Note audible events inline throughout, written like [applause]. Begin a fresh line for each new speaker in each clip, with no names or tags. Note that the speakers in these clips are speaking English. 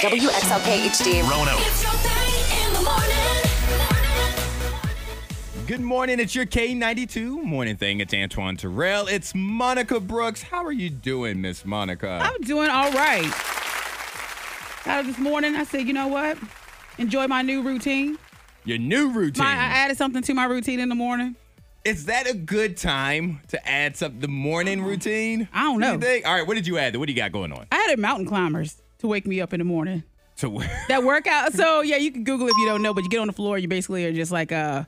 WXLK HD.
Rono.
It's your thing in the morning.
Good morning. It's your K92 morning thing. It's Antoine Terrell. It's Monica Brooks. How are you doing, Miss Monica?
I'm doing all right. Got up this morning. I said, you know what? Enjoy my new routine.
Your new routine.
My, I added something to my routine in the morning.
Is that a good time to add something? The morning routine?
Mm. I don't
You
know.
think? All right, what did you add? What do you got going on?
I added mountain climbers to wake me up in the morning.
So, [laughs]
That workout. So yeah, you can Google if you don't know, but you get on the floor. You basically are just like uh,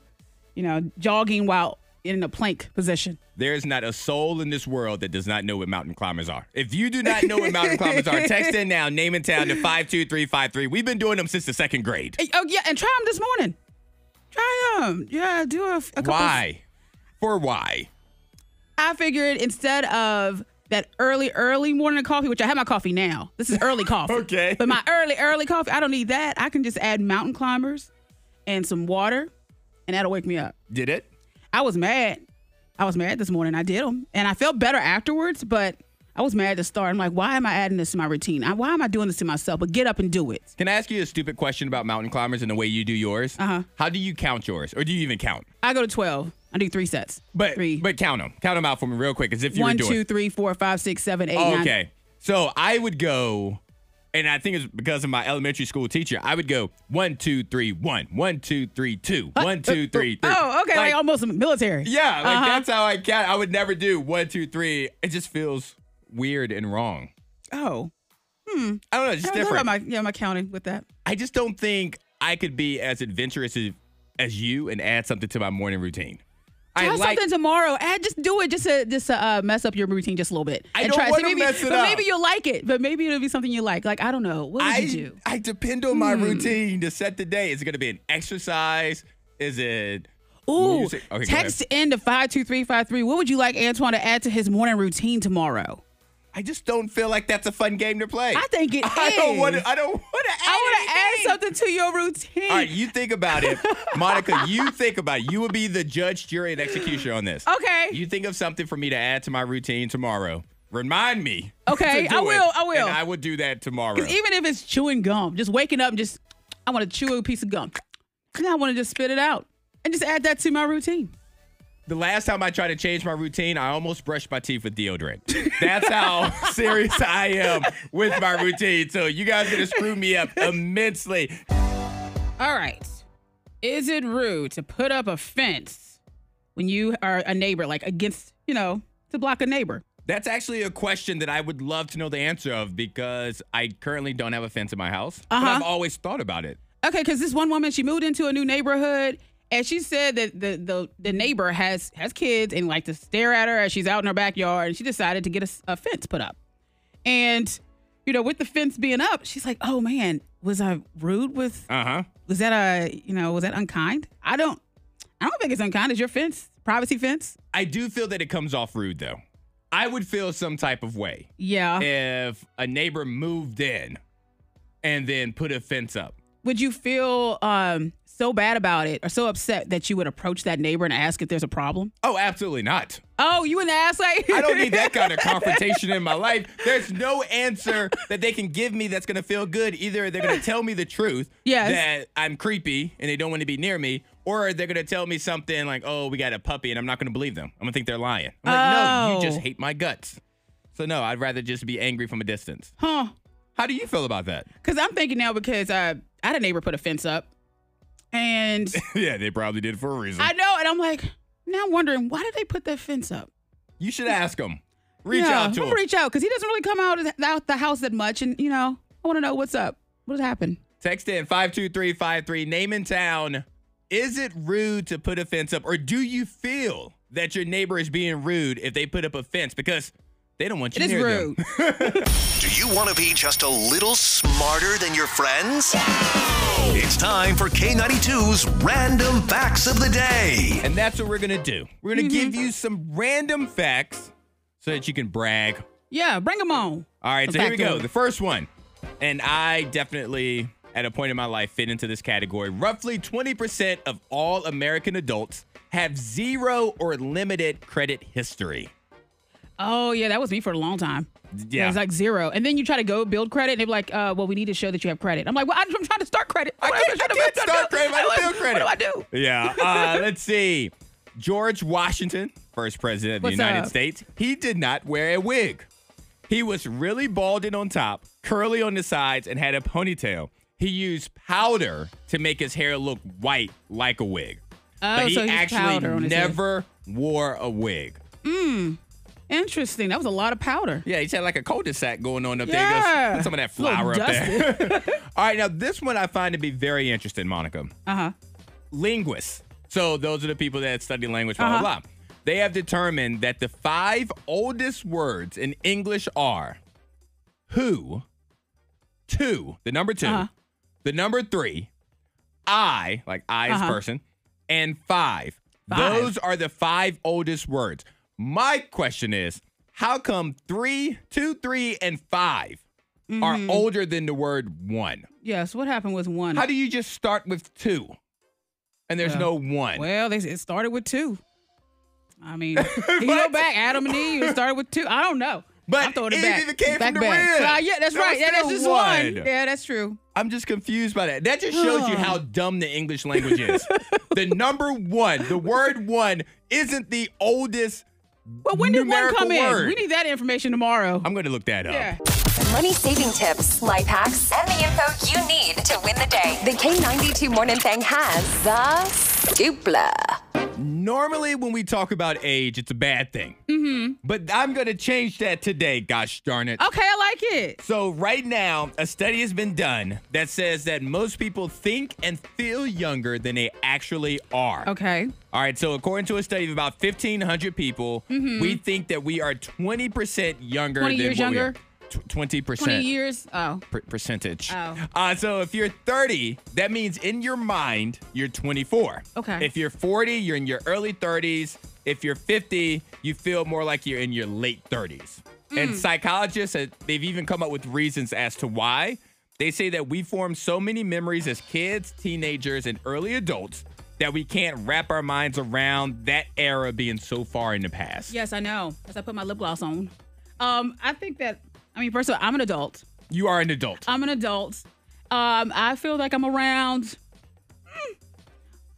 you know, jogging while in a plank position.
there is not a soul in this world that does not know what mountain climbers are. If you do not know what mountain climbers are, text in
[laughs]
now, name and town to 52353. We've been doing them since the second grade.
Eh, Oh yeah, and try them this morning. Try them. Yeah, do a, a couple.
Why? For why?
I figured instead of that early, early morning coffee, which I have my coffee now. This is early
[laughs]
coffee.
Okay.
But my early, early coffee, I don't need that. I can just add mountain climbers and some water, and that'll wake me up.
Did it?
I was mad. I was mad this morning. I did them, and I felt better afterwards. But I was mad to start. I'm like, why am I adding this to my routine? I- Why am I doing this to myself? But get up and do it.
Can I ask you a stupid question about mountain climbers and the way you do yours?
Uh-huh.
How do you count yours, or do you even count?
I go to twelve. I do three sets.
But
three.
but count them, count them out for me real quick, as if you
one,
were doing.
two, three, four, five, six, seven, eight,
Oh,
nine.
okay, so I would go, and I think it's because of my elementary school teacher. I would go one, two, three, one, one, two, three, two, one, two, three, three.
Uh, Oh, okay. Like,
Like,
almost military.
yeah, like
Uh-huh.
that's how I count. I would never do one, two, three. It just feels weird and wrong.
Oh.
I don't know. It's
I
just
don't know
different.
about my, yeah, my counting with that.
I just don't think I could be as adventurous as, as you and add something to my morning routine. I
Try
like
something tomorrow. Add, just do it just to just to uh, mess up your routine just a little bit.
I
And
don't
try- see,
wanna
maybe-
mess it
but
up.
maybe you'll like it. But maybe it'll be something you like. Like I don't know. What would
I
you do? Hmm.
I depend on my routine to set the day. Is it going to be an exercise? Is it
Ooh,
music? Okay, go ahead.
text in to five two three five three. What would you like Antoine to add to his morning routine tomorrow?
I just don't feel like that's a fun game to play.
I think it
[laughs] I don't
is.
want to I don't want to add
I
anything.
want to add something to your routine.
All right, you think about
[laughs]
it. Monica, you think about it. You will be the judge, jury, and executioner on this.
Okay.
You think of something for me to add to my routine tomorrow. Remind me. to
Okay,
do
I
it,
will, I will.
And I will do that tomorrow.
Even if it's chewing gum, just waking up and just I want to chew a piece of gum. Now I want to just spit it out and just add that to my routine.
The last time I tried to change my routine, I almost brushed my teeth with deodorant. That's how serious I am with my routine. So you guys are gonna screw me up immensely.
All right. Is it rude to put up a fence when you are a neighbor, like against, you know, to block a neighbor?
That's actually a question that I would love to know the answer of because I currently don't have a fence in my house. But
Uh-huh.
I've always thought about it.
Okay, because this one woman, she moved into a new neighborhood and she said that the, the, the neighbor has, has kids and like to stare at her as she's out in her backyard. And she decided to get a, s- a fence put up. And, you know, with the fence being up, she's like, oh man, was I rude with
Uh huh.
was that a you know was that unkind i don't i don't think it's unkind it's your fence privacy fence
I do feel that it comes off rude though. I would feel some type of way
yeah
if a neighbor moved in and then put a fence up.
would you feel um so bad about it or so upset that you would approach that neighbor and ask if there's a problem
Oh, absolutely not.
oh you an ass like
I don't need that kind of confrontation in my life. There's no answer that they can give me that's going to feel good. Either they're going to tell me the truth
Yes.
that I'm creepy and they don't want to be near me, or they're going to tell me something like, oh, we got a puppy, and I'm not going to believe them. I'm going to think they're lying. I'm like, no, you
Oh.
just hate my guts. So, no, I'd rather just be angry from a distance.
[laughs] huh
How do you feel about that? [laughs]
because i'm thinking now because uh, i had a neighbor put a fence up
[laughs]
and
yeah, they probably did for a reason.
i know and i'm like now i'm wondering why did they put that fence up
you should ask them. Reach
Yeah,
out to
I'm
them.
gonna reach out because he doesn't really come out of the- out the house that much and you know i want to know what's up what happened
Text in 52353, name in town. Is it rude to put a fence up, or do you feel that your neighbor is being rude if they put up a fence because they don't want you
it is
near them? [laughs]
rude
Do you want to be just a little smarter than your friends? It's time for K92's Random Facts of the Day.
And that's what we're going to do. We're going to give
Mm-hmm.
you some random facts so that you can brag.
yeah bring them on
All right,
Some
so here we go.
factoid.
The first one. And I definitely, at a point in my life, fit into this category. Roughly 20% of all American adults have zero or limited credit history.
Oh yeah, that was me for a long time.
Yeah.
It was like zero. And then you try to go build credit, and they're like, uh, well, we need to show that you have credit. I'm like, well, I'm trying to start credit.
I
What am
can't, I
trying to-
can't
what am I
start credit. I don't
trying to do?
feel credit.
What do I do? [laughs]
Yeah. Uh, let's see. George Washington, first president of
What's
the United
up?
States, he did not wear a wig. He was really balded on top, curly on the sides, and had a ponytail. He used powder to make his hair look white like a wig.
Oh,
but he
so he's
actually
powder on his head.
never wore a wig.
Interesting. That was a lot of powder.
Yeah, he's had like a cul-de-sac going on up there. He
Yeah.
Goes, Put some of that
Little
flour up there. [laughs] All right, now this one I find to be very interesting, Monica.
Uh huh.
Linguists. So those are the people that study language, blah,
Uh-huh.
blah, blah. They have determined that the five oldest words in English are who, two, the number 2
Uh-huh.
the number three, I, like I is
Uh-huh.
person, and five.
Five.
Those are the five oldest words. My question is, how come three, two, three, and 5 are
Mm-hmm.
older than the word one?
Yes. What happened was one.
How do you just start with two? And there's
Yeah.
no one.
well, they, it started with two.
[laughs]
I mean, if you go back, Adam and Eve. It started with two. I don't know.
But
I'm throwing it
Eve
back.
even came from
back
the
back.
rib.
Uh, yeah, that's
There was
right. Yeah, that's
still
just one.
one.
Yeah, that's true.
I'm just confused by that. That just
[sighs]
shows you how dumb the English language is. the number one, the word one, isn't the oldest.
But when did
Numerical
one come
word.
in? We need that information tomorrow.
I'm going to look that up.
yeah.
Money saving tips, life hacks, and the info you need to win the day. The K92 Morning Thing has the scoopla.
Normally, when we talk about age, it's a bad thing. But I'm going to change that today, gosh darn it.
Mm-hmm. Okay, I like it.
So, right now, a study has been done that says that most people think and feel younger than they actually are.
Okay.
All right, so according to a study of about 1,500 people, we think that we are 20% younger
20
than
Mm-hmm. years
what we are.
younger?
Tw- 20%.
20 years. Oh.
per- percentage.
Oh.
Uh, so if you're 30, that means in your mind, you're 24.
Okay.
If you're 40, you're in your early 30s. If you're 50, you feel more like you're in your late 30s.
Mm.
And psychologists, have, they've even come up with reasons as to why. They say that we form so many memories as kids, teenagers, and early adults that we can't wrap our minds around that era being so far in the past.
Yes, I know. As I put my lip gloss on. Um, I think that I mean, first of all, I'm an adult.
You are an adult.
I'm an adult. Um, I feel like I'm around mm,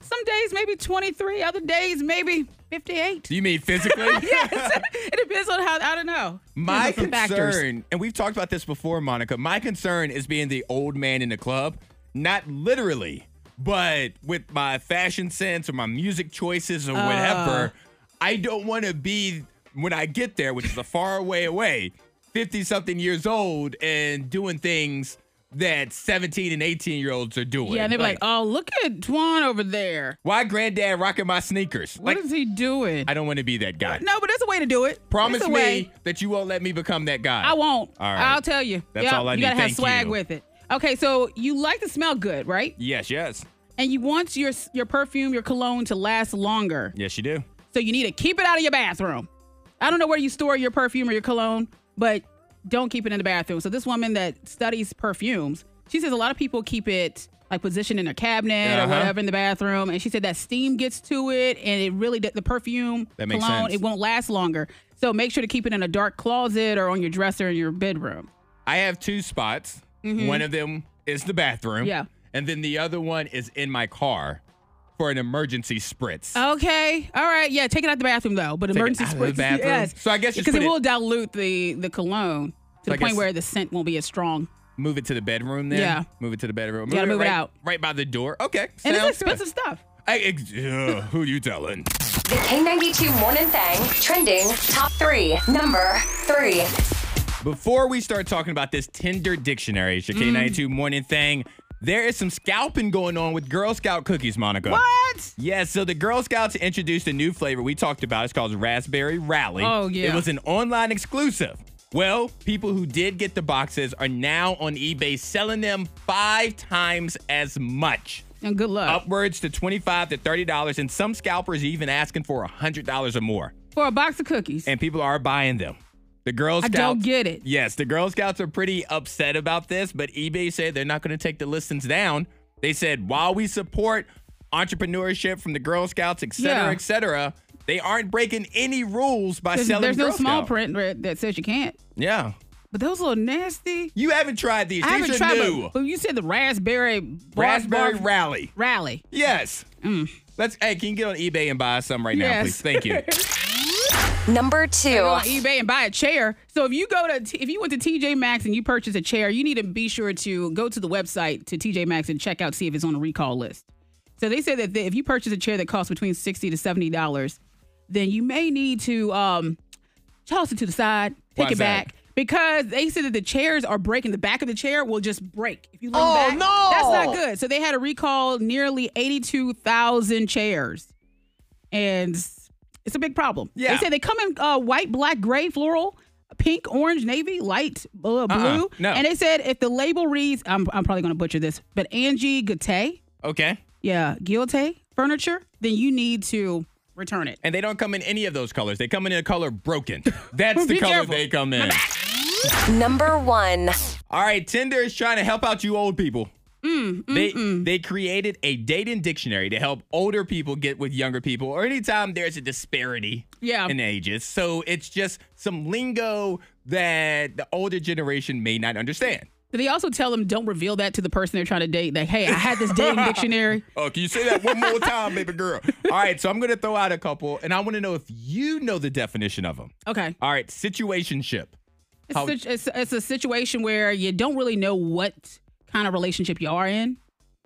some days maybe 23, other days maybe 58.
Do you mean physically?
yes. [laughs] it depends on how I don't know. Depends
My
on some
concern,
factors.
and we've talked about this before, Monica. My concern is being the old man in the club, not literally, but with my fashion sense or my music choices or
Uh.
whatever. I don't want to be when I get there, which is a far way away, fifty something years old and doing things that seventeen and eighteen year olds are doing.
Yeah, and they're like, oh, look at Twan over there.
why granddad rocking my sneakers?
What
like,
is he doing?
I don't want to be that guy.
no, but there's a way to do it.
Promise
There's
me
a way.
that you won't let me become that guy.
I won't.
All
All
right.
right. I'll tell you.
That's
Yep,
all I
you
need.
gotta
Thank
have swag
you.
with it. Okay, so you like to smell good, right?
Yes, yes,
And you want your your perfume, your cologne to last longer.
yes. You do.
So you need to keep it out of your bathroom. I don't know where you store your perfume or your cologne, but don't keep it in the bathroom. So this woman that studies perfumes, she says a lot of people keep it like positioned in a cabinet
Uh-huh.
or whatever in the bathroom, and she said that steam gets to it, and it really the perfume
That makes
cologne
sense.
it won't last longer. So make sure to keep it in a dark closet or on your dresser in your bedroom.
I have two spots. One of them is the bathroom.
Mm-hmm. Yeah.
And then the other one is in my car for an emergency spritz.
Oh. Okay, all right, yeah, take it out the bathroom though, but
it
emergency
out of the
spritz, [laughs]
bathroom?
yes.
So I guess just
because
put
it
it-
will dilute the the cologne
So
to
I
the point
guess-
where the scent won't be as strong.
Move it to the bedroom then.
Yeah.
Move it to the bedroom.
gotta move it
right,
out.
Right by the door. Okay.
And it's
sounds
expensive
good.
stuff.
I, ex- uh, who you telling?
The K92 Morning Thing trending top three. Number three.
Before we start talking about this Tinder dictionary, it's your
Mm.
K92 morning thing, there is some scalping going on with Girl Scout cookies, Monica.
What?
Yeah, so the Girl Scouts introduced a new flavor we talked about. It's called Raspberry Rally.
Oh, yeah.
It was an online exclusive. Well, people who did get the boxes are now on eBay selling them five times as much.
And good luck.
Upwards to $25 to $30, and some scalpers even asking for $100 or more.
For a box of cookies.
And people are buying them. The Girl
I
Scouts.
don't get it.
Yes, the Girl Scouts are pretty upset about this, but eBay said they're not going to take the listings down. They said while we support entrepreneurship from the Girl Scouts, et cetera,
Yeah.
et cetera, They aren't breaking any rules by
There's,
selling
there's no
Girl
small
Scout.
print red that says you can't.
Yeah.
But those little nasty.
You haven't tried these.
I
these
haven't
are
tried.
new.
But, but you said the raspberry barf-
Raspberry
barf-
Rally.
rally.
Yes. Let's. Hey, can you get on eBay and buy some right now,
Mm. Yes.
please? Thank
[laughs]
you.
Number
Go
two.
on eBay and buy a chair. So if you go to T- if you went to TJ Maxx and you purchase a chair, you need to be sure to go to the website to TJ Maxx and check out see if it's on a recall list. So they say that the- if you purchase a chair that costs between sixty to seventy dollars, then you may need to um, toss it to the side, take
Why
it
is that?
back. Because they said that the chairs are breaking, the back of the chair will just break if you lean
Oh,
back.
no!
that's not good. So they had to recall nearly eighty-two thousand chairs, and it's a big problem.
Yeah.
They say they come in uh, white, black, gray, floral, pink, orange, navy, light, uh, blue.
Uh-uh. no.
And they said if the label reads, I'm, I'm probably going to butcher this, but Angie Gate,
Okay.
yeah, Guillote furniture, then you need to return it.
And they don't come in any of those colors. They come in a color
[laughs]
broken. That's the
Be
color
careful.
they come in.
Number one.
All right, Tinder is trying to help out you old people.
Mm,
they they created a dating dictionary to help older people get with younger people, or anytime there's a disparity
Yeah.
in ages. So it's just some lingo that the older generation may not understand.
Do they also tell them don't reveal that to the person they're trying to date? Like, hey, I had
[laughs]
this dating dictionary.
Oh, can you say that one more time, baby girl? All right, so I'm gonna throw out a couple, and I want to know if you know the definition of them.
Okay.
All right, situationship.
It's,
How-
such, it's, it's a situation where you don't really know what kind of relationship you are in,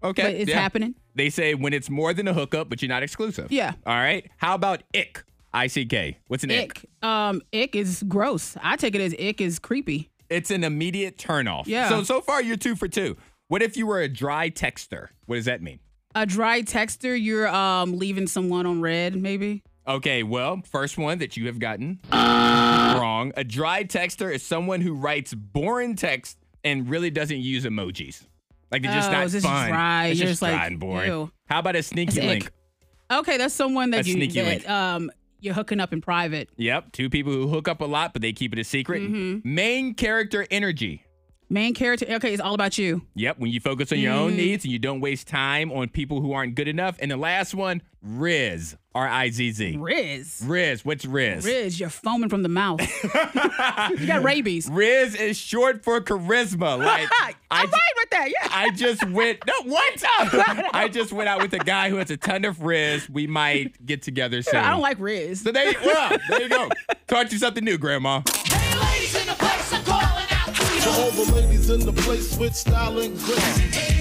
Okay,
but it's
yeah.
happening.
They say when it's more than a hookup, but you're not exclusive.
Yeah.
All right. How about ick? I C K. What's an ick?
Ick. Um, ick is gross. I take it as ick is creepy.
It's an immediate turnoff.
Yeah.
So so far you're two for two. What if you were a dry texter? What does that mean?
A dry texter, you're um leaving someone on red, maybe.
Okay, well, first one that you have gotten wrong. A dry texter is someone who writes boring text and really doesn't use emojis. Like they're just
Oh,
not
it's just
fun.
dry.
It's
You're
just
just like,
dry and boring.
ew.
How about a sneaky
That's
link?
ick. Okay, that's someone that
A
you
sneaky
that,
link.
um you're hooking up in private.
Yep, two people who hook up a lot, but they keep it a secret.
Mm-hmm.
Main character energy.
Main character. Okay, it's all about you.
Yep, when you focus on your own needs and you don't waste time on people who aren't good enough. And the last one, Riz, R I Z Z.
Riz.
Riz, what's Riz?
Riz, you're foaming from
[laughs]
the mouth. you got rabies.
Riz is short for charisma. Like [laughs] I,
[laughs] I'm right with that. Yeah.
I just went no what? [laughs] I just went out with a guy who has a ton of Riz. We might get together soon.
I don't like Riz.
So there you well, there you [laughs] go. Taught you something new, Grandma.
Hey, ladies in the place, I'm calling out to you.
All the ladies in the place with style and grace.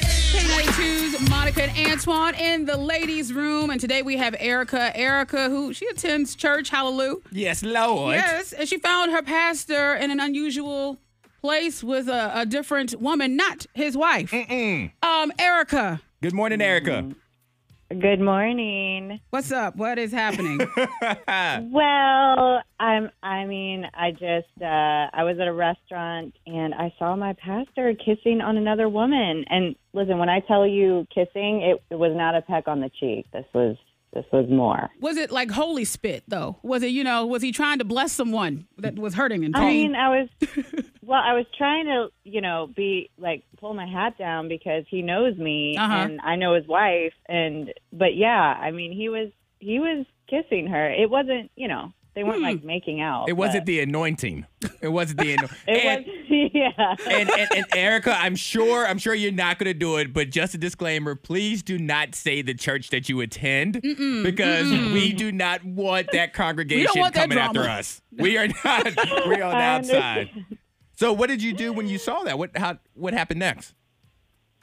K92's Monica and Antoine in the ladies' room, and today we have Erica. Erica, who she attends church, Hallelujah.
Yes, Lord.
Yes, and she found her pastor in an unusual place with a, a different woman, not his wife. Um, Erica,
Good morning, Erica.
Good morning.
what's up? What is happening?
[laughs]
Well, I'm I mean, I just uh I was at a restaurant and I saw my pastor kissing on another woman. And listen, when I tell you kissing, it, it was not a peck on the cheek. This was this was more.
was it like holy spit though? Was it you know? Was he trying to bless someone that was hurting and
I
pain?
mean, I
[laughs]
was well, I was trying to, you know, be like pull my hat down because he knows me
Uh-huh.
and I know his wife and but yeah, I mean, he was he was kissing her. It wasn't, you know, they weren't like making out.
Hmm. It wasn't
but
the anointing. [laughs] It wasn't the anointing.
it was [laughs] yeah.
and, and, and Erica, I'm sure, I'm sure you're not going to do it, but just a disclaimer, please do not say the church that you attend because we do not want that congregation
want that
coming after
drama.
us. We are not. We're on the
I
outside. So, what did you do when you saw that? What how what happened next?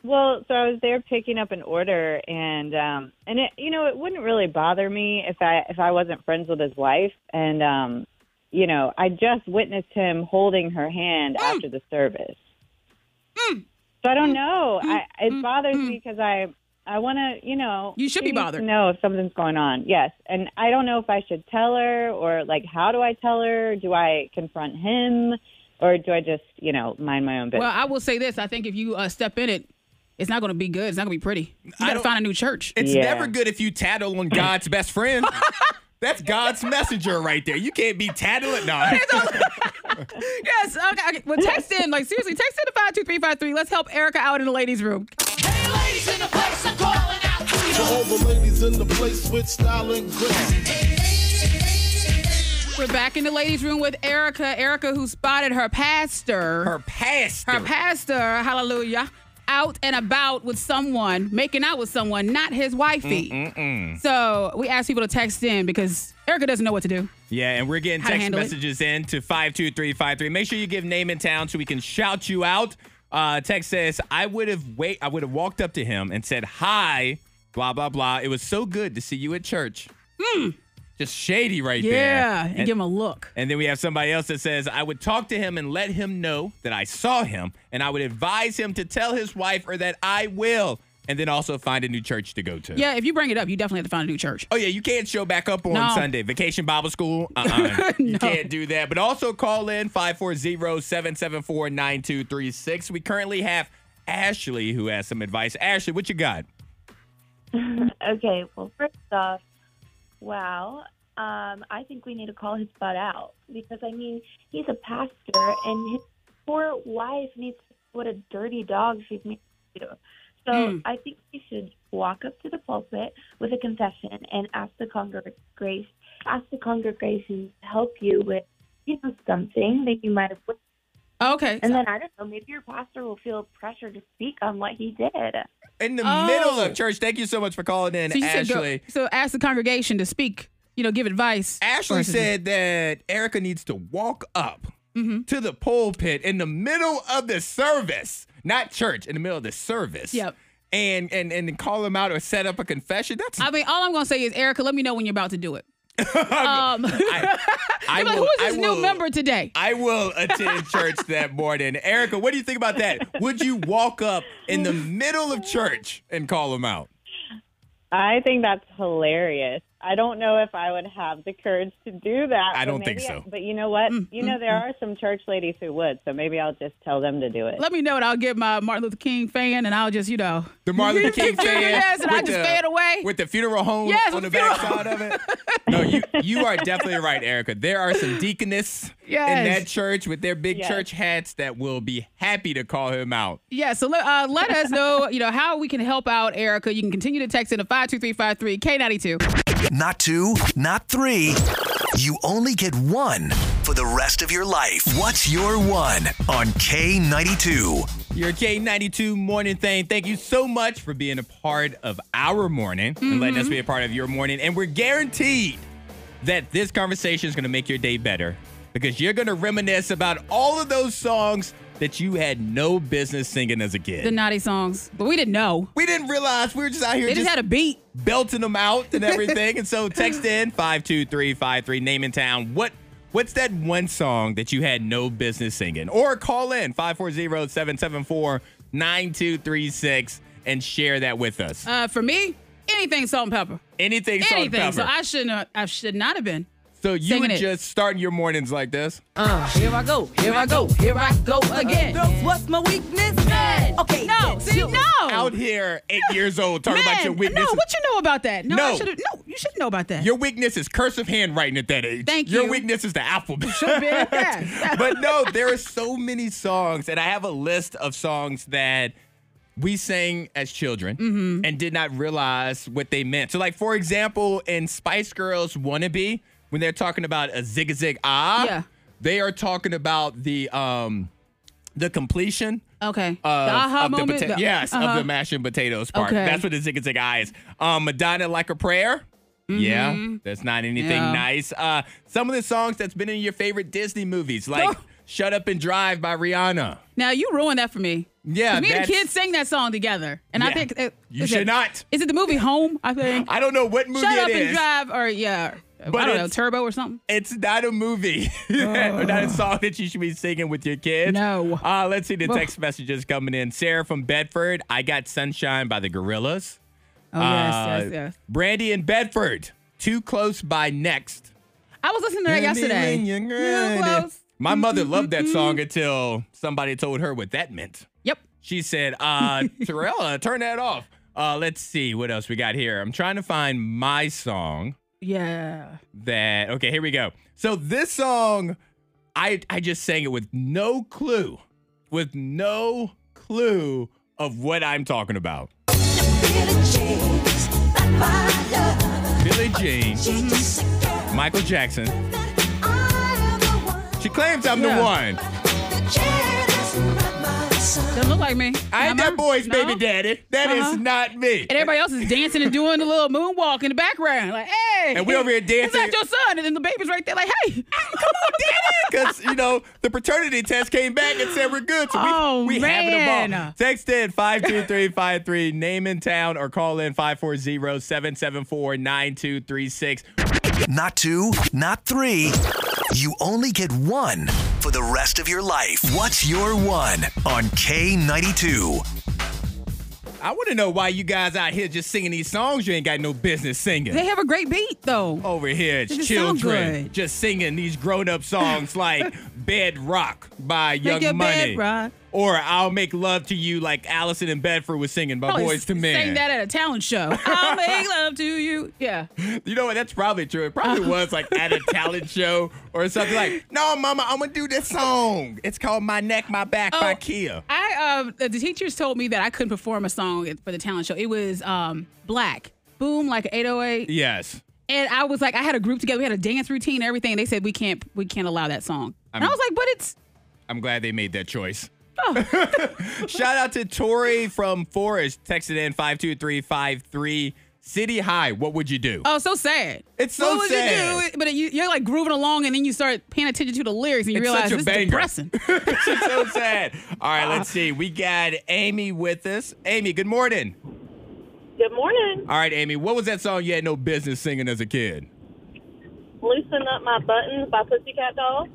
Well, so I was there picking up an order, and um, and it, you know, it wouldn't really bother me if I if I wasn't friends with his wife, and um, you know, I just witnessed him holding her hand
Mm.
after the service. So I don't know.
Mm.
I, it bothers me because I I want to, you know,
You should be
she needs
bothered.
To know if something's going on, yes, and I don't know if I should tell her or like how do I tell her? Do I confront him, or do I just you know mind my own business?
well, I will say this: I think if you uh, step in it, it's not going to be good. It's not going to be pretty. You
I
got to
don't-
find a
[laughs]
new church.
It's
Yeah.
never good if you tattle on God's best friend. That's God's messenger right there. You can't be tattling. No.
Yes. Okay. okay. Well, text in. Like seriously, text in to five two three five three. Let's help Erica out in the ladies' room.
Hey, ladies in the place, I'm calling out to you.
To all the ladies in the place with style and grace.
We're back in the ladies' room with Erica. Erica, who spotted her pastor,
Her past.
her pastor, hallelujah, out and about with someone, making out with someone, not his wifey. So we asked people to text in because Erica doesn't know what to do.
Yeah, and we're getting
How to
text
handle it?
messages in to 52353. Make sure you give name and town so we can shout you out. Uh, text says, I would have wait I would have walked up to him and said, Hi, blah, blah, blah. It was so good to see you at church. Just shady right there.
Hmm. Yeah, and,
And-
give him a look.
and then we have somebody else that says, I would talk to him and let him know that I saw him, and I would advise him to tell his wife or that I will, and then also find a new church to go to.
Yeah, if you bring it up, you definitely have to find a new church.
Oh, yeah, you can't show back up on
No.
Sunday. Vacation Bible School?
[laughs]
Uh-uh. You can't do that. But also call in 540-774-9236. We currently have Ashley who has some advice. Ashley, what you got?
Okay, well, first off, wow. Um, I think we need to call his butt out because, I mean, he's a pastor and his poor wife needs what a dirty dog she's made to. So I think he should walk up to the pulpit with a confession and ask the congregation, ask the congregation to help you with, you know, something that you might have. witnessed.
Okay.
And then I don't know, maybe your pastor will feel pressure to speak on what he did.
In the
Oh.
middle of church. Thank you so much for calling in,
so you said go,
Ashley.
so ask the congregation to speak, you know, give advice.
Ashley
Versus-
said that Erica needs to walk up
Mm-hmm.
to the pulpit in the middle of the service, not church, in the middle of the service.
Yep.
And and and call him out or set up a confession. That's
I mean, all I'm gonna say is, Erica, let me know when you're about
[laughs]
to do it. um, [laughs]
I, I
I'm like,
will-
who is
I
this new
will-
member today?
I will
[laughs]
attend church that morning. Erica, what do you think about that? Would you walk up in the middle of church and call him out?
I think that's hilarious. I don't know if I would have the courage to do that.
I
but
don't think
maybe
so.
I- but you know what? you know there are some church ladies who would, so maybe I'll just tell them to do it.
Let me know, and I'll get my Martin Luther King fan, and I'll just, you know,
The Martin Luther King fan.
Yes, and I
with
just
the-
fade away.
With the funeral home
Yes,
on the
with the
backside of it. No,
[laughs]
you you are definitely right, Erica. There are some deaconess in
Yes.
that church with their big
Yes.
church hats that will be happy to call him out.
Yeah, so let, uh, let us know, you know, how we can help out Erica. You can continue to text in to 52353 K92.
Not two, not three. You only get one for the rest of your life. What's your one on K92?
Your K92 morning thing. Thank you so much for being a part of our morning and
Mm-hmm.
letting us be a part of your morning. And we're guaranteed that this conversation is going to make your day better because you're going to reminisce about all of those songs that you had no business singing as a kid.
The naughty songs. But we didn't know.
We didn't realize we were just out here
They just
just
had a beat.
belting them out and everything. and so text in five two three five three name in town. What what's that one song that you had no business singing? Or call in 540-774-9236 and share that with us.
Uh, for me, anything salt and pepper.
anything, salt and
Anything.
pepper.
So I shouldn't have, I should not have been.
So you
singing
would
it. Oh.
just starting your mornings like this.
Here I go, here I go, here I go again. Girls, what's my weakness? Okay,
No,
then
see,
chill.
no.
Out here, eight years old, talking about
Man,
your
No,
weaknesses.
what you know about that? No,
No.
I should have. No, you should know about that.
your weakness is cursive handwriting at that age.
Thank
Your
you.
weakness is the alphabet. [laughs]
been yeah.
but no, there are so many songs, and I have a list of songs that we sang as children
Mm-hmm.
and did not realize what they meant. So, like for example, in Spice Girls "Wannabe," when they're talking about a zig a zig ah,
Yeah.
they are talking about the um the completion.
Okay.
Of,
the aha
Uh, of the
moment.
pota-
the-
yes, of
uh-huh.
the mashed and potatoes part.
Okay.
That's what the zig a zig ah is. Um, Madonna like a prayer. Yeah, that's not anything
Mm-hmm. Yeah.
nice. Uh, some of the songs that's been in your favorite Disney movies,
[laughs]
like "Shut Up and Drive" by Rihanna.
Now you ruined that for me.
Yeah,
'Cause me and
that's-
the kids sang that song together, and I
Yeah.
think it,
You
is
should
it-
not.
Is it the movie Home? I think.
I don't know what movie
Shut
it
up
is.
and drive, or yeah,
But
I don't know,
it's-
Turbo or something.
It's not a movie [laughs] or not a song that you should be singing with your kids.
No.
Uh, let's see the
Ugh.
text messages coming in. Sarah from Bedford. I got "Sunshine" by the Gorillas.
Oh
Uh,
yes, yes, yes.
Brandy in Bedford. Too close by next.
I was listening to that
Maybe
yesterday.
when you're
Real
grinding.
close.
My mother loved
Mm-hmm,
that song until somebody told her what that meant.
Yep.
She said,
[laughs]
uh, Torella, turn that off. Uh, let's see what else we got here. I'm trying to find my song
Yeah.
that okay, here we go. So this song, I I just sang it with no clue. With no clue of what I'm talking about.
Feel a change.
Billie Jean,
[laughs]
Michael Jackson. She claims I'm
Yeah.
the one.
Doesn't look like me.
I
Am
ain't that boy's
Uh-huh. No?
baby daddy. That is
Uh-huh.
not me.
And everybody else is dancing and doing the little moonwalk in the background. Like, hey.
And we over here
Is that
dancing.
your son? And then the baby's right there, like,
[laughs]
hey. Come on,
Because, you know, the paternity test came back and said we're good. So we,
Oh,
we have it all.
man.
Text in 52353, name in town, or call in 540 774 9236.
Not two, not three. You only get one for the rest of your life. What's your one on K92?
I want to know why you guys out here just singing these songs you ain't got no business singing.
They have a great beat, though.
over here,
just sound
children,
good.
just singing these grown-up
[laughs]
songs like "Bedrock" by Young
your
Money,
bed rock.
or "I'll Make Love to You" like Allison and Bedford was singing by
Probably
Boys to
s-
Men.
Sang Oh, that at a talent show. I'll make love to you. Yeah.
You know what? That's probably true. It probably
Uh-huh.
was like at a
[laughs]
talent show or something like. No, Mama, I'm gonna do this song. It's called "My Neck, My Back" by
Oh.
Kia.
I uh, the teachers told me that I couldn't perform a song at- for the talent show. It was um, black. Boom, like an 808.
Yes.
And I was like, I had a group together. We had a dance routine and everything. They said we can't we can't allow that song. and I
I'm-
was like, but it's
I'm glad they made that choice.
Oh.
[laughs] Shout out to Tori from Forest. Texted in 52353. City High, what would you do?
oh so sad.
It's so
what would You
sad.
do? But you, you're like grooving along, and then you start paying attention to the lyrics, and you
It's
realize
such a
this
banger.
is depressing.
[laughs] She's so sad. All right, let's see. We got Amy with us. Amy, good morning.
Good morning.
All right, Amy, what was that song you had no business singing as a kid?
Loosen Up My Buttons by Pussycat Dolls.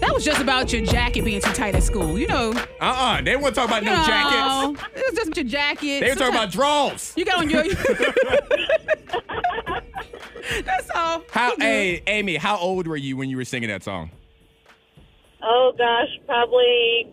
that was just about your jacket being too tight at school. You know,
Uh uh They weren't talking about no
you
jackets.
know, It was just your jacket.
They were talking about draws.
Sometimes- You got
[laughs]
on your. [laughs] That's all.
How,
You good.
hey, Amy, how old were you when you were singing that song?
Oh gosh, probably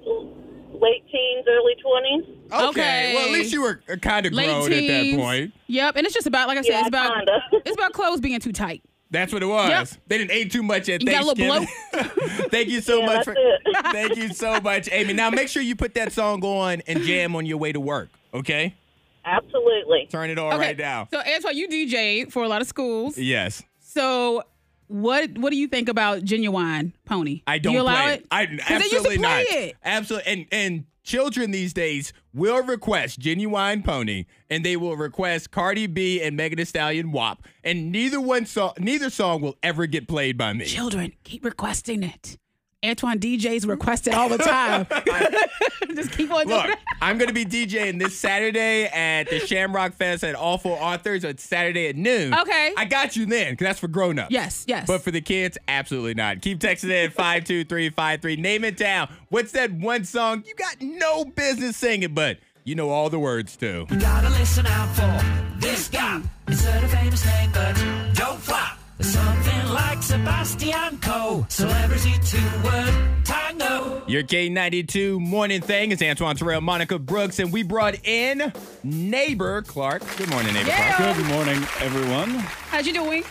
late teens, early twenties.
Okay.
Well, at least you were kind of
Late
grown
teens.
at that point.
Yep, and it's just about like I said,
Yeah,
it's about
kinda. [laughs]
it's about clothes being too tight.
That's what it was.
Yep.
They didn't eat too much at
You got a little
Thanksgiving. [laughs] Thank you so
Yeah,
much.
that's
For,
it. [laughs]
thank you so much, Amy. Now make sure you put that song on and jam on your way to work. Okay,
Absolutely.
turn it on right now.
So Antoine, you DJ for a lot of schools.
Yes,
So what what do you think about genuine pony?
I don't
you allow
play
it.
I
'Cause
absolutely
they used to play
not.
it.
Absolutely, and and children these days will request genuine pony, and they will request Cardi B and Megan Thee Stallion WAP, and neither one song neither song will ever get played by me.
Children keep requesting it. Antoine DJs request it all
[laughs]
the time. [laughs] just keep on doing
Look,
it.
I'm going to be DJing this Saturday at the Shamrock Fest at Awful Authors. It's Saturday at noon.
Okay.
I got you then, because that's for grown ups.
Yes, yes.
But for the kids, absolutely not. Keep texting in 52353. Name it down. What's that one song you got no business singing, but you know all the words to?
Gotta listen out for this guy. He's heard a famous name, but don't flop. There's something like Sebastian Coe. Celebrity two-word tango.
Your K92 morning thing is Antoine Terrell, Monica Brooks, and we brought in neighbor Clark. Good morning, neighbor
Yeah.
Clark.
Good morning, everyone.
How's you doing?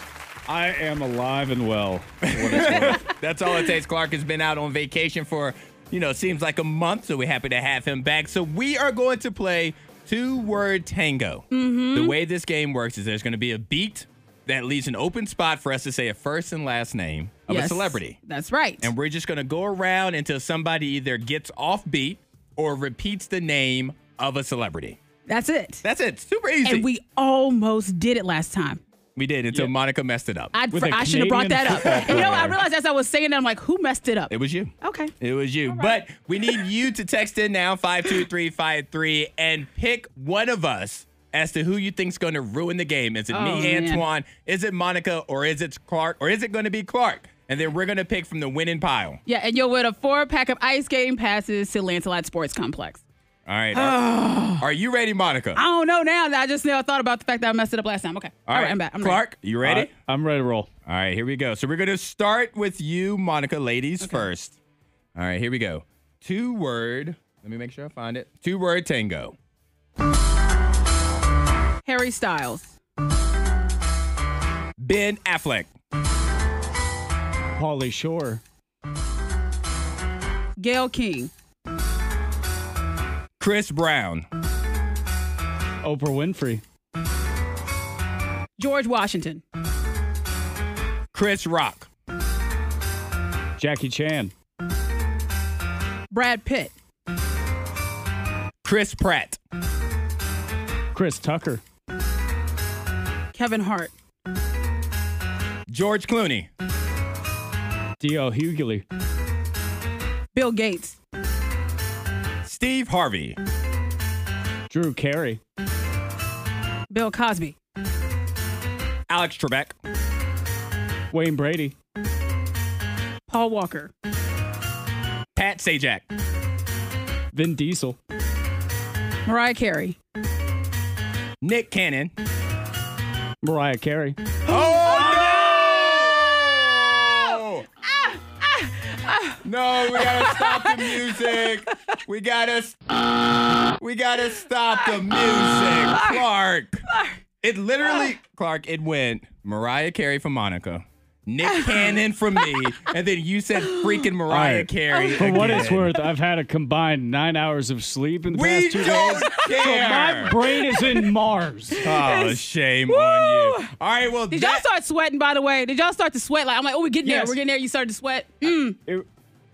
I am alive and well.
That's all it takes. Clark has been out on vacation for, you know, seems like a month, so we're happy to have him back. So we are going to play two word tango.
Mm-hmm.
The way this game works is there's going to be a beat that leaves an open spot for us to say a first and last name of a
Yes,
celebrity.
That's right.
And we're just going to go around until somebody either gets off beat or repeats the name of a celebrity.
That's it.
That's it. Super easy.
and we almost did it last time.
we did until
Yeah.
Monica messed it up.
I,
With a
I should have brought that
Canadian
up.
football
And [laughs] you know, I
player.
realized as I was saying that, I'm like, who messed it up?
it was you.
okay.
It was you.
right.
But we need you to text in now, 52353, and pick one of us as to who you think's going to ruin the game. Is it
Oh,
me,
man.
Antoine? Is it Monica? Or is it Clark? Or is it going to be Clark? And then we're going to pick from the winning pile.
Yeah, and you'll win a four pack of ice skating passes to Lancelot Sports Complex.
All
[sighs]
right. Are, are you ready, Monica?
I don't know now that I just now thought about the fact that I messed it up last time. Okay. All right, I'm back. I'm ready.
Clark, you ready?
I- I'm ready to roll.
All right, here we go. So we're going to start with you, Monica, ladies first. All right, here we go. Two word. Let me make sure I find it. Two word tango.
Harry Styles,
Ben Affleck.
Paulie Shore,
Gail King,
Chris Brown.
Oprah Winfrey,
George Washington.
Chris Rock.
Jackie Chan.
Brad Pitt.
Chris Pratt.
Chris Tucker.
Kevin Hart.
George Clooney.
D.L. Hughley.
Bill Gates.
Steve Harvey.
Drew Carey.
Bill Cosby.
Alex Trebek.
Wayne Brady.
Paul Walker.
Pat Sajak.
Vin Diesel.
Mariah Carey.
Nick Cannon.
Mariah Carey.
Oh, no! No, we gotta stop the music. We gotta. s- We gotta stop the music, Clark. It literally, Clark. It went Mariah Carey for Monica, Nick Cannon for me, and then you said freaking Mariah
Alright.
Carey.
For what
again.
it's worth, I've had a combined nine hours of sleep in the
we
past two days.
don't care.
My brain is in Mars.
Oh, shame on you. All right, well,
Did
that-
y'all start sweating, by the way? Did y'all start to sweat? Like, I'm like, oh, we're getting
Yes.
there. We're getting there. You started to sweat. Mm.
It,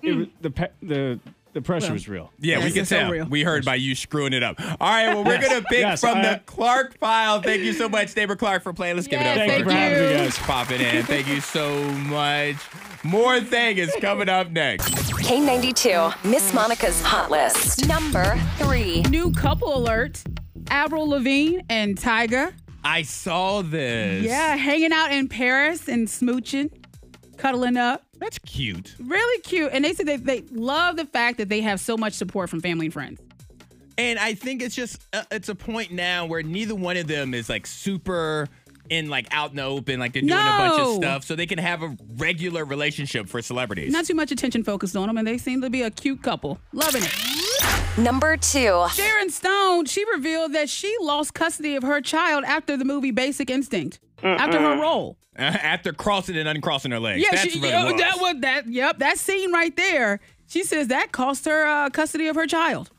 it, was- the, pe- the, the pressure was real.
Yeah, we
Yes,
can
it's so
tell.
real.
We heard by you screwing it up. All right, well, we're
Yes,
going to pick
yes,
from
I-
the Clark file. Thank you so much, neighbor Clark, for playing. Let's give it
Yes,
up
Thank you for having me,
you.
guys.
popping in. Thank you so much. More thing is coming up next.
K92, Miss Monica's Hot List. Number three.
New couple alert. Avril Lavigne and Tyga.
I saw this.
Yeah, hanging out in Paris and smooching, cuddling up.
That's cute.
Really cute. And they said that they love the fact that they have so much support from family and friends.
And I think it's just uh, it's a point now where neither one of them is like super in like out in the open, like they're doing a bunch
No.
of stuff, so they can have a regular relationship for celebrities.
Not too much attention focused on them, and they seem to be a cute couple. Loving it.
Number two.
Sharon Stone, she revealed that she lost custody of her child after the movie Basic Instinct, after her role.
[laughs] After crossing and uncrossing her legs.
Yeah,
That's
she,
what it
oh, that was that. Yep, that scene right there. She says that cost her uh, custody of her child.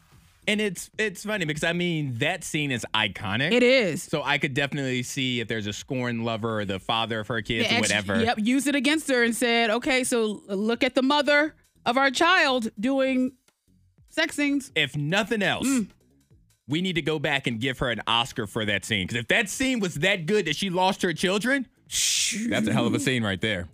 And it's it's funny because I mean that scene is iconic.
It is.
So I could definitely see if there's a scorn lover or the father of her kids
Yeah,
or
and she-
whatever.
Yep, used it against her and said, okay, so look at the mother of our child doing sex scenes.
If nothing else,
Mm.
we need to go back and give her an Oscar for that scene. Because if that scene was that good that she lost her children, that's a hell of a scene right there.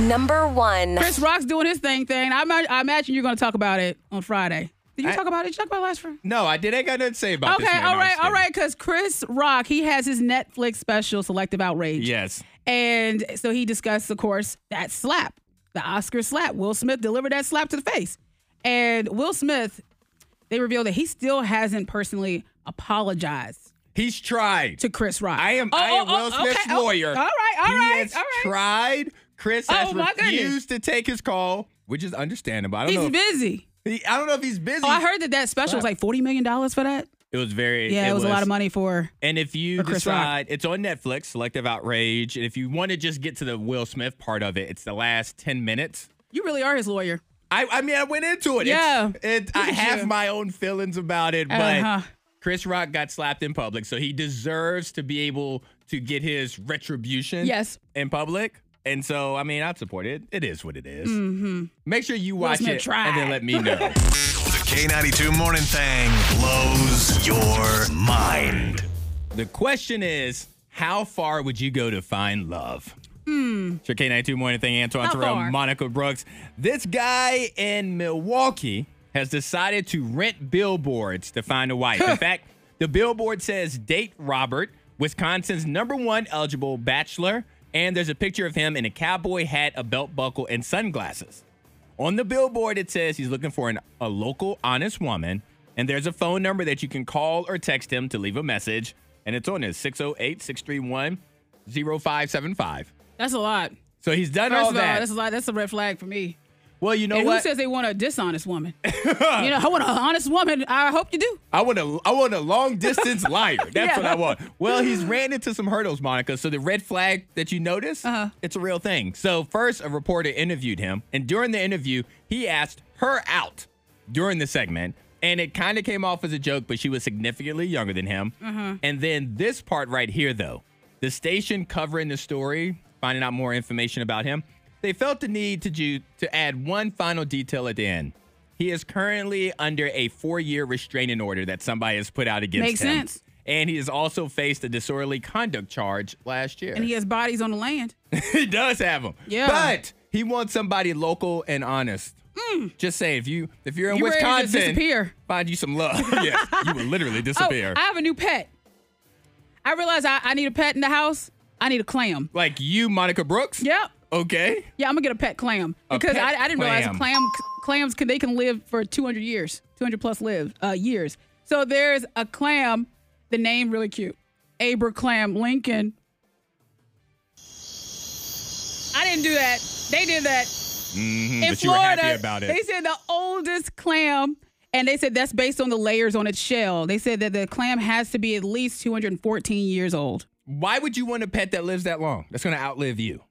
Number one.
Chris Rock's doing his thing thing. I, ima- I imagine you're going to talk about it on Friday. Did you
I-
talk about it? Did you talk about it last Friday?
No, I did. I ain't got nothing to say about
okay,
this. man.
all
No,
right,
I'm just
all
kidding.
right, because Chris Rock, he has his Netflix special, Selective Outrage.
Yes.
And so he discussed, of course, that slap, the Oscar slap. Will Smith delivered that slap to the face. And Will Smith, they revealed that he still hasn't personally apologized
He's tried.
to Chris Rock.
I am
Oh,
I am
oh, oh,
Will Smith's
okay, oh,
lawyer.
all right, all
he
right,
has
all right.
tried. Chris has
Oh, my goodness.
refused to take his call, which is understandable. I don't
He's
know. if-
busy.
He, I don't know if he's busy.
Oh, I heard that that special was like $40 million for that.
it was very.
Yeah, it, was, a lot of money for.
And if you
For Chris Rock.
decide, it's on Netflix, Selective Outrage. And if you want to just get to the Will Smith part of it, it's the last ten minutes.
You really are his lawyer.
I, I mean, I went into it. It's-
Yeah.
it, I
at
have
you.
my own feelings about it,
Uh-huh.
but Chris Rock got slapped in public, so he deserves to be able to get his retribution.
Yes.
in public. And so, I mean, I'd support it. It is what it is. Make sure you watch
Mm-hmm. Smith
it and
tried.
then let me
[laughs]
know.
The K92 Morning Thing blows your mind.
The question is, how far would you go to find love? Hmm. It's your K92 morning thing, Antoine
How
Terrell,
far?
Monica Brooks. This guy in Milwaukee has decided to rent billboards to find a wife. in fact, the billboard says date Robert, Wisconsin's number one eligible bachelor, and there's a picture of him in a cowboy hat, a belt buckle, and sunglasses. On the billboard, it says he's looking for an, a local, honest woman, and there's a phone number that you can call or text him to leave a message, and it's on his 608 631 0575.
That's a lot.
So he's done
First
all
of all,
that.
that's a lot. That's a red flag for me.
well, you know
and
what?
who says they want a dishonest
[laughs]
woman? you know, I want an honest woman. I hope you do.
I want a I want a long
[laughs]
distance liar. That's
Yeah.
what I want. Well, he's ran into some hurdles, Monica. So the red flag that you notice,
Uh-huh.
it's a real thing. So first, a reporter interviewed him, and during the interview, he asked her out during the segment, and it kind
Mm-hmm.
of came off as a joke, but she was significantly younger than him. And then this part right here, though, The station covering the story, finding out more information about him, they felt the need to do, to add one final detail at the end. He is currently under a four-year restraining order that somebody has put out against
Makes
him.
sense.
And he has also faced a disorderly conduct charge last year.
And he has bodies on the land.
[laughs] he does have them.
Yeah.
But he wants somebody local and honest. Just say if you if you're in
Hmm. You ready to
Wisconsin,
disappear.
find you some love. [laughs] yes, you will literally disappear.
[laughs] Oh, I have a new pet. I realize I, I need a pet in the house. I need a clam.
like you, Monica Brooks.
Yep.
Okay.
Yeah, I'm gonna get a pet clam
A
because
pet
I, I didn't
clam.
realize clam clams can they can live for 200 years, 200 plus live uh, years. So there's a clam. The name really cute, Abra Clam Lincoln. I didn't do that. They did that
Mm-hmm,
in
but you were
Florida.
happy about
They
it.
said the oldest clam, and they said that's based on the layers on its shell. They said that the clam has to be at least 214 years old.
Why would you want a pet that lives that long? That's going to outlive you.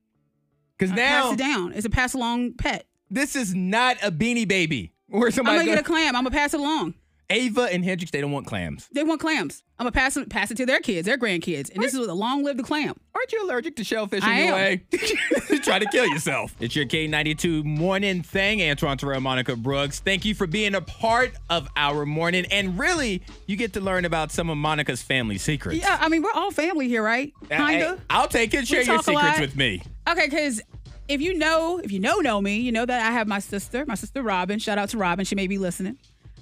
Because
pass
now
it down. It's a pass along pet.
this is not a beanie baby or
I'm
somebody.
gonna get a clam. I'm gonna pass it along.
Ava and Hendrix, they don't want clams.
They want clams. I'm gonna pass it, pass it to their kids, their grandkids, and this is a long live the clam.
Aren't you allergic to shellfish
I am.
anyway? [laughs] Try to kill yourself. It's your K92 morning thing, Antoine Terrell, Monica Brooks. Thank you for being a part of our morning. And really, you get to learn about some of Monica's family secrets.
Yeah, I mean we're all family here, right? Kinda.
I, will take it.
We
Share your
talk a
secrets
lot.
with me.
Okay, because if you know, if you know know me, you know that I have my sister, my sister Robin. Shout out to Robin. She may be listening.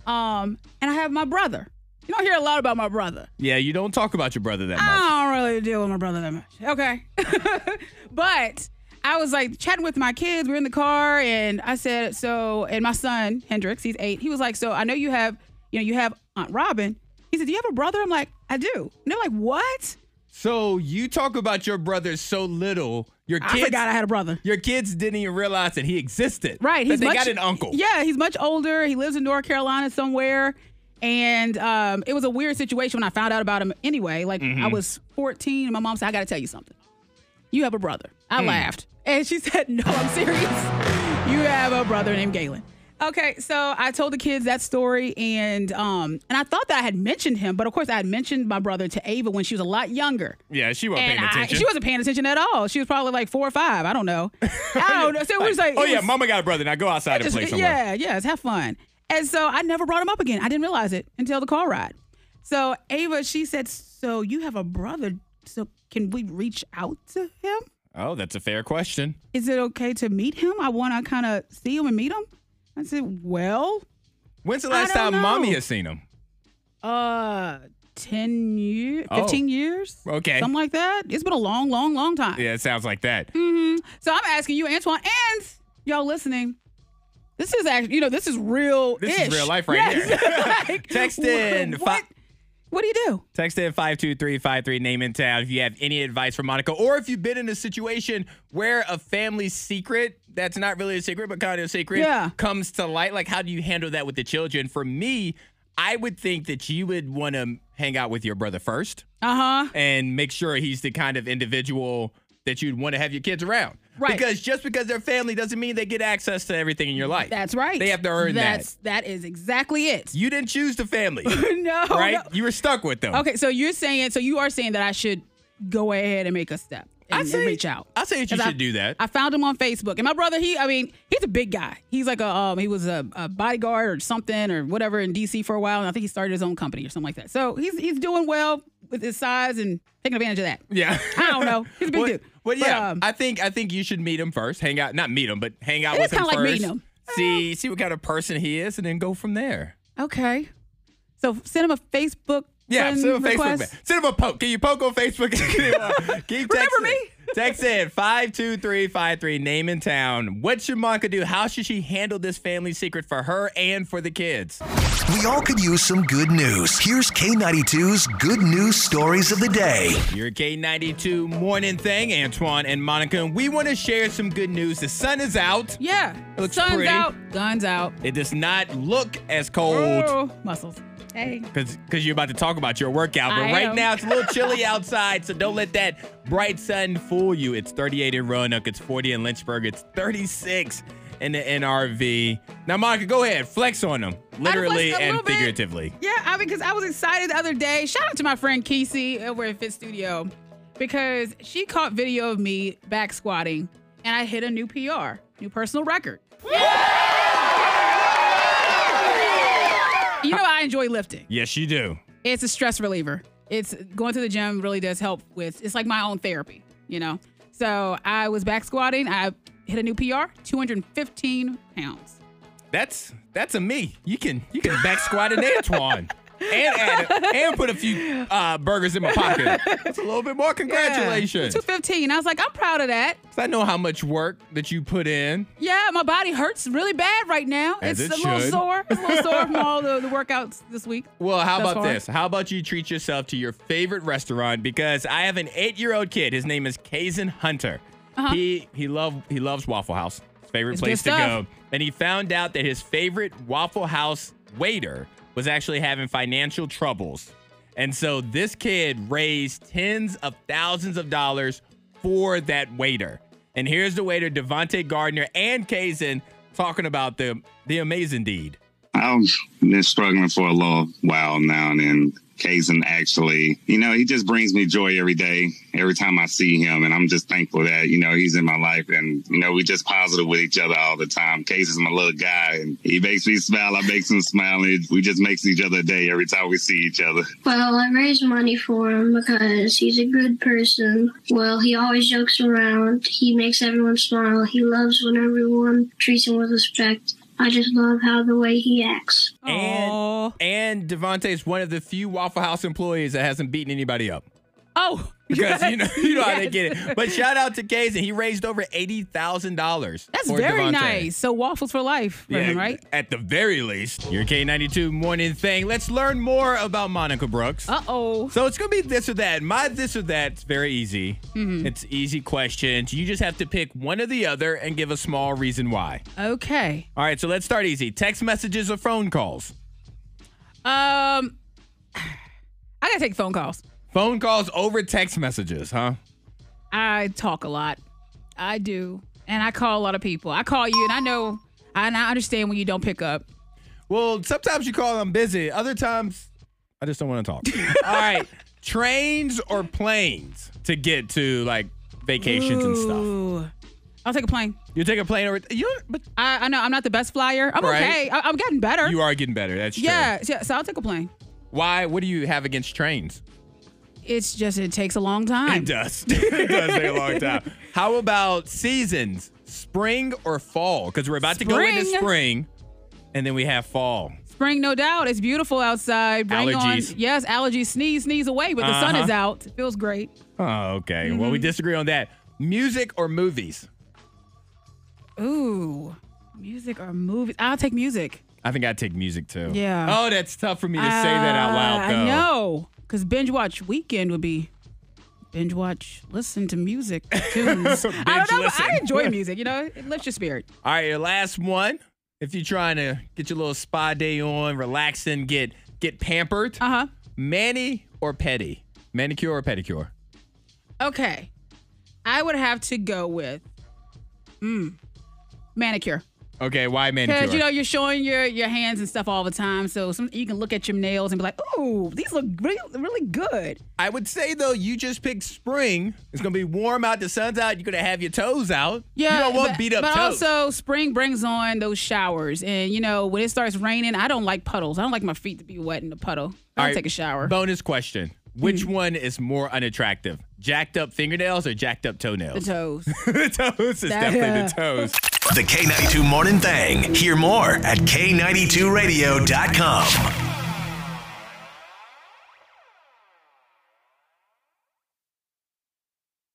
Um, and I have my brother. You don't hear a lot about my brother.
Yeah, you don't talk about your brother that much.
I don't really deal with my brother that much. Okay. [laughs] but I was like chatting with my kids. We are in the car and I said, so, and my son, Hendrix, he's eight. He was like, so I know you have, you know, you have Aunt Robin. He said, do you have a brother? I'm like, I do. And they're like, what?
So you talk about your brother so little. Your
I
kids,
forgot I had a brother.
Your kids didn't even realize that he existed.
Right.
That they got an uncle.
Yeah, he's much older. He lives in North Carolina somewhere. And um, it was a weird situation when I found out about him anyway. Like,
Mhm.
I
Mm-hmm.
was 14, and my mom said, I got to tell you something. You have a brother. I
Hmm.
laughed. And she [laughs] said, No, I'm serious. You have a brother named Galen. Okay, so I told the kids that story, and um, and I thought that I had mentioned him, but of course I had mentioned my brother to Ava when she was a lot younger.
Yeah, she wasn't
And
paying
I,
attention.
she wasn't paying attention at all. She was probably like four or five. I
[laughs]
don't know. I don't know. So it was like,
oh
it
yeah,
was-
mama got a brother. Now go outside and
just-
play somewhere.
yeah, yes, have fun. And so I never brought him up again. I didn't realize it until the car ride. So Ava, she said, "So you have a brother? So can we reach out to him?
Oh, that's a fair question.
Is it okay to meet him? I want to kind of see him and meet him." I said, "Well,
When's the
I
last
don't
time mommy
know.
has seen him?
uh, ten years,
Oh.
fifteen years,
Okay.
something like that. It's been a long, long, long time."
Yeah, it sounds like that.
hmm So I'm asking you, Antoine, and y'all listening. This is actually, you know, this is real.
This is real life right
[laughs]
here. Text in
What, what, do you do?
Text in 52353, name and town if you have any advice for Monica or if you've been in a situation where a family secret that's not really a secret but kind of a secret
Yeah.
comes to light. Like, how do you handle that with the children? For me, I would think that you would want to hang out with your brother first
Uh huh.
and make sure he's the kind of individual that you'd want to have your kids around.
Right.
Because just because they're family doesn't mean they get access to everything in your life.
That's right.
They have to earn
That's, that. That is exactly it.
that. You didn't choose the family.
[laughs] no.
right?
no.
You were stuck with them.
Okay, so you're saying, so you are saying that I should go ahead and make a step and,
I say-
and reach out.
I say that you
'Cause I-
should do that.
I found him on Facebook, and my brother, he, I mean, he's a big guy. He's like a, um, he was a, a bodyguard or something or whatever in DC for a while, and I think he started his own company or something like that. So he's he's doing well with his size and taking advantage of that.
Yeah.
I
[laughs]
don't know. He's a big
Well-
dude.
Well,
But,
yeah,
um,
I think I think you should meet him first. Hang out, not meet him, but hang out
It
with
is
him
kinda
first.
like meeting him.
See, see what kind of person he is, and then go from there.
Okay. So send him a Facebook.
Yeah,
friend
send him a Facebook.
request.
Man. Send him a poke. Can you poke on Facebook? [laughs] Can you, uh, can you text Remember me? Text in five two three five three. Name in town. What should Monica do? How should she handle this family secret for her and for the kids?
We all could use some good news. Here's K92's good news stories of the day.
Your K92 morning thing, Antoine and Monica. And we want to share some good news. The sun is out.
Yeah.
It looks
Sun's
pretty.
out. Guns out.
It does not look as cold.
Oh, muscles. Hey.
Because you're about to talk about your workout, but
I
right
am.
now it's a little
[laughs]
chilly outside, so don't let that bright sun fool you. It's 38 in Roanoke, it's 40 in Lynchburg, it's 36 in the NRV. Now, Monica, go ahead, flex on them, literally
a
and
little bit.
figuratively.
Yeah, I because I was excited the other day. Shout out to my friend Kesey over at Fit Studio. because she caught video of me back squatting and I hit a new PR, new personal record. You know, I enjoy lifting.
Yes, you do.
It's a stress reliever. It's going to the gym really does help with. It's like my own therapy, you know. So I was back squatting. I hit a new PR, 215 pounds.
That's that's a me. You can you can back squat an Antoine. And add a, and put a few uh, burgers in my pocket. That's a little bit more. Congratulations.
Yeah, 215. I was like, I'm proud of that.
'Cause I know how much work that you put in.
Yeah, my body hurts really bad right now.
As
it's
it
a little
should.
sore. It's a little sore from all the, the workouts this week.
Well, how
thus
about
far.
this? How about you treat yourself to your favorite restaurant? Because I have an eight-year-old kid. His name is Kazen Hunter.
Uh-huh.
He he love he loves Waffle House. His favorite
It's good
place to
stuff.
go. And he found out that his favorite Waffle House waiter was actually having financial troubles. And so this kid raised tens of thousands of dollars for that waiter. And here's the waiter, Devontae Gardner and Kazen, talking about the the amazing deed.
I've been struggling for a little while now, and then Kazen actually, you know, he just brings me joy every day, every time I see him, and I'm just thankful that you know he's in my life, and you know we just positive with each other all the time. Kazen's my little guy, and he makes me smile, I makes him smile, and we just makes each other a day every time we see each other.
Well, I raise money for him because he's a good person. Well, he always jokes around. He makes everyone smile. He loves when everyone treats him with respect. I just love how the way he acts.
And and Devontae is one of the few Waffle House employees that hasn't beaten anybody
[laughs]
up.
Oh,
Because you know you know how they
yes.
get it. But shout out to Kazen. He raised over eighty thousand dollars.
[laughs] That's very nice. So waffles for life, for him, right?
At the very least, your K92 morning thing. Let's learn more about Monica Brooks.
Uh oh.
So it's going to be this or that. My this or that's very easy.
Mhm.
It's easy questions. You just have to pick one or the other and give a small reason why.
Okay.
All right, so let's start easy. Text messages or phone calls?
Um, I gotta take phone calls.
Phone calls over text messages, huh?
I talk a lot. I do, and I call a lot of people. I call you, and I know, and I understand when you don't pick up.
Well, sometimes you call I'm busy. Other times, I just don't want to talk. [laughs] All right, trains or planes to get to like vacations and stuff.
Ooh. I'll take a plane.
You take a plane over. You but
I, I know I'm not the best flyer. I'm
Right.
okay. I, I'm getting better.
you are getting better. That's true.
yeah, yeah. So I'll take a plane.
Why? What do you have against trains?
It's just it takes a long time.
It does. [laughs] it does take a long time. How about seasons? Spring or fall? Because we're about to go into
Spring.
spring, and then we have fall.
Spring, no doubt. It's beautiful outside. Bring
Allergies.
On, yes, allergies. Sneeze, sneeze away. But the sun
Uh-huh.
is out. It feels great.
Oh, okay. Well, we disagree on that. Music or movies?
Ooh, music or movies? I'll take music.
I think I'd take music too.
Yeah.
Oh, that's tough for me to say that out loud,
Uh,
though.
I know, because binge watch weekend would be binge watch, listen to
[laughs]
music, tunes. I
Binge
don't know. But
listen.
I enjoy music. You know, it lifts your spirit.
All right, your last one. If you're trying to get your little spa day on, relaxing, get get pampered. Uh
huh.
Manny or petty? Manicure or pedicure?
Okay, I would have to go with mm, manicure.
Okay, why manicure?
Because you know you're showing your your hands and stuff all the time, so some, you can look at your nails and be like, "Ooh, these look really, really good."
I would say though, you just picked spring. It's gonna be warm out. The sun's out. You're gonna have your toes out.
Yeah,
You don't want
but,
beat up
But
toes.
also, spring brings on those showers, and you know when it starts raining, I don't like puddles. I don't like my feet to be wet in a puddle. I
All
don't
right,
take a shower. Hmm.
Bonus question: Which one is more unattractive? Jacked up fingernails or jacked up
the
toenails?
toes.
the [laughs] toes is
That-
definitely
[laughs]
the toes.
The K92 Morning Thing. Hear more at K92Radio.com.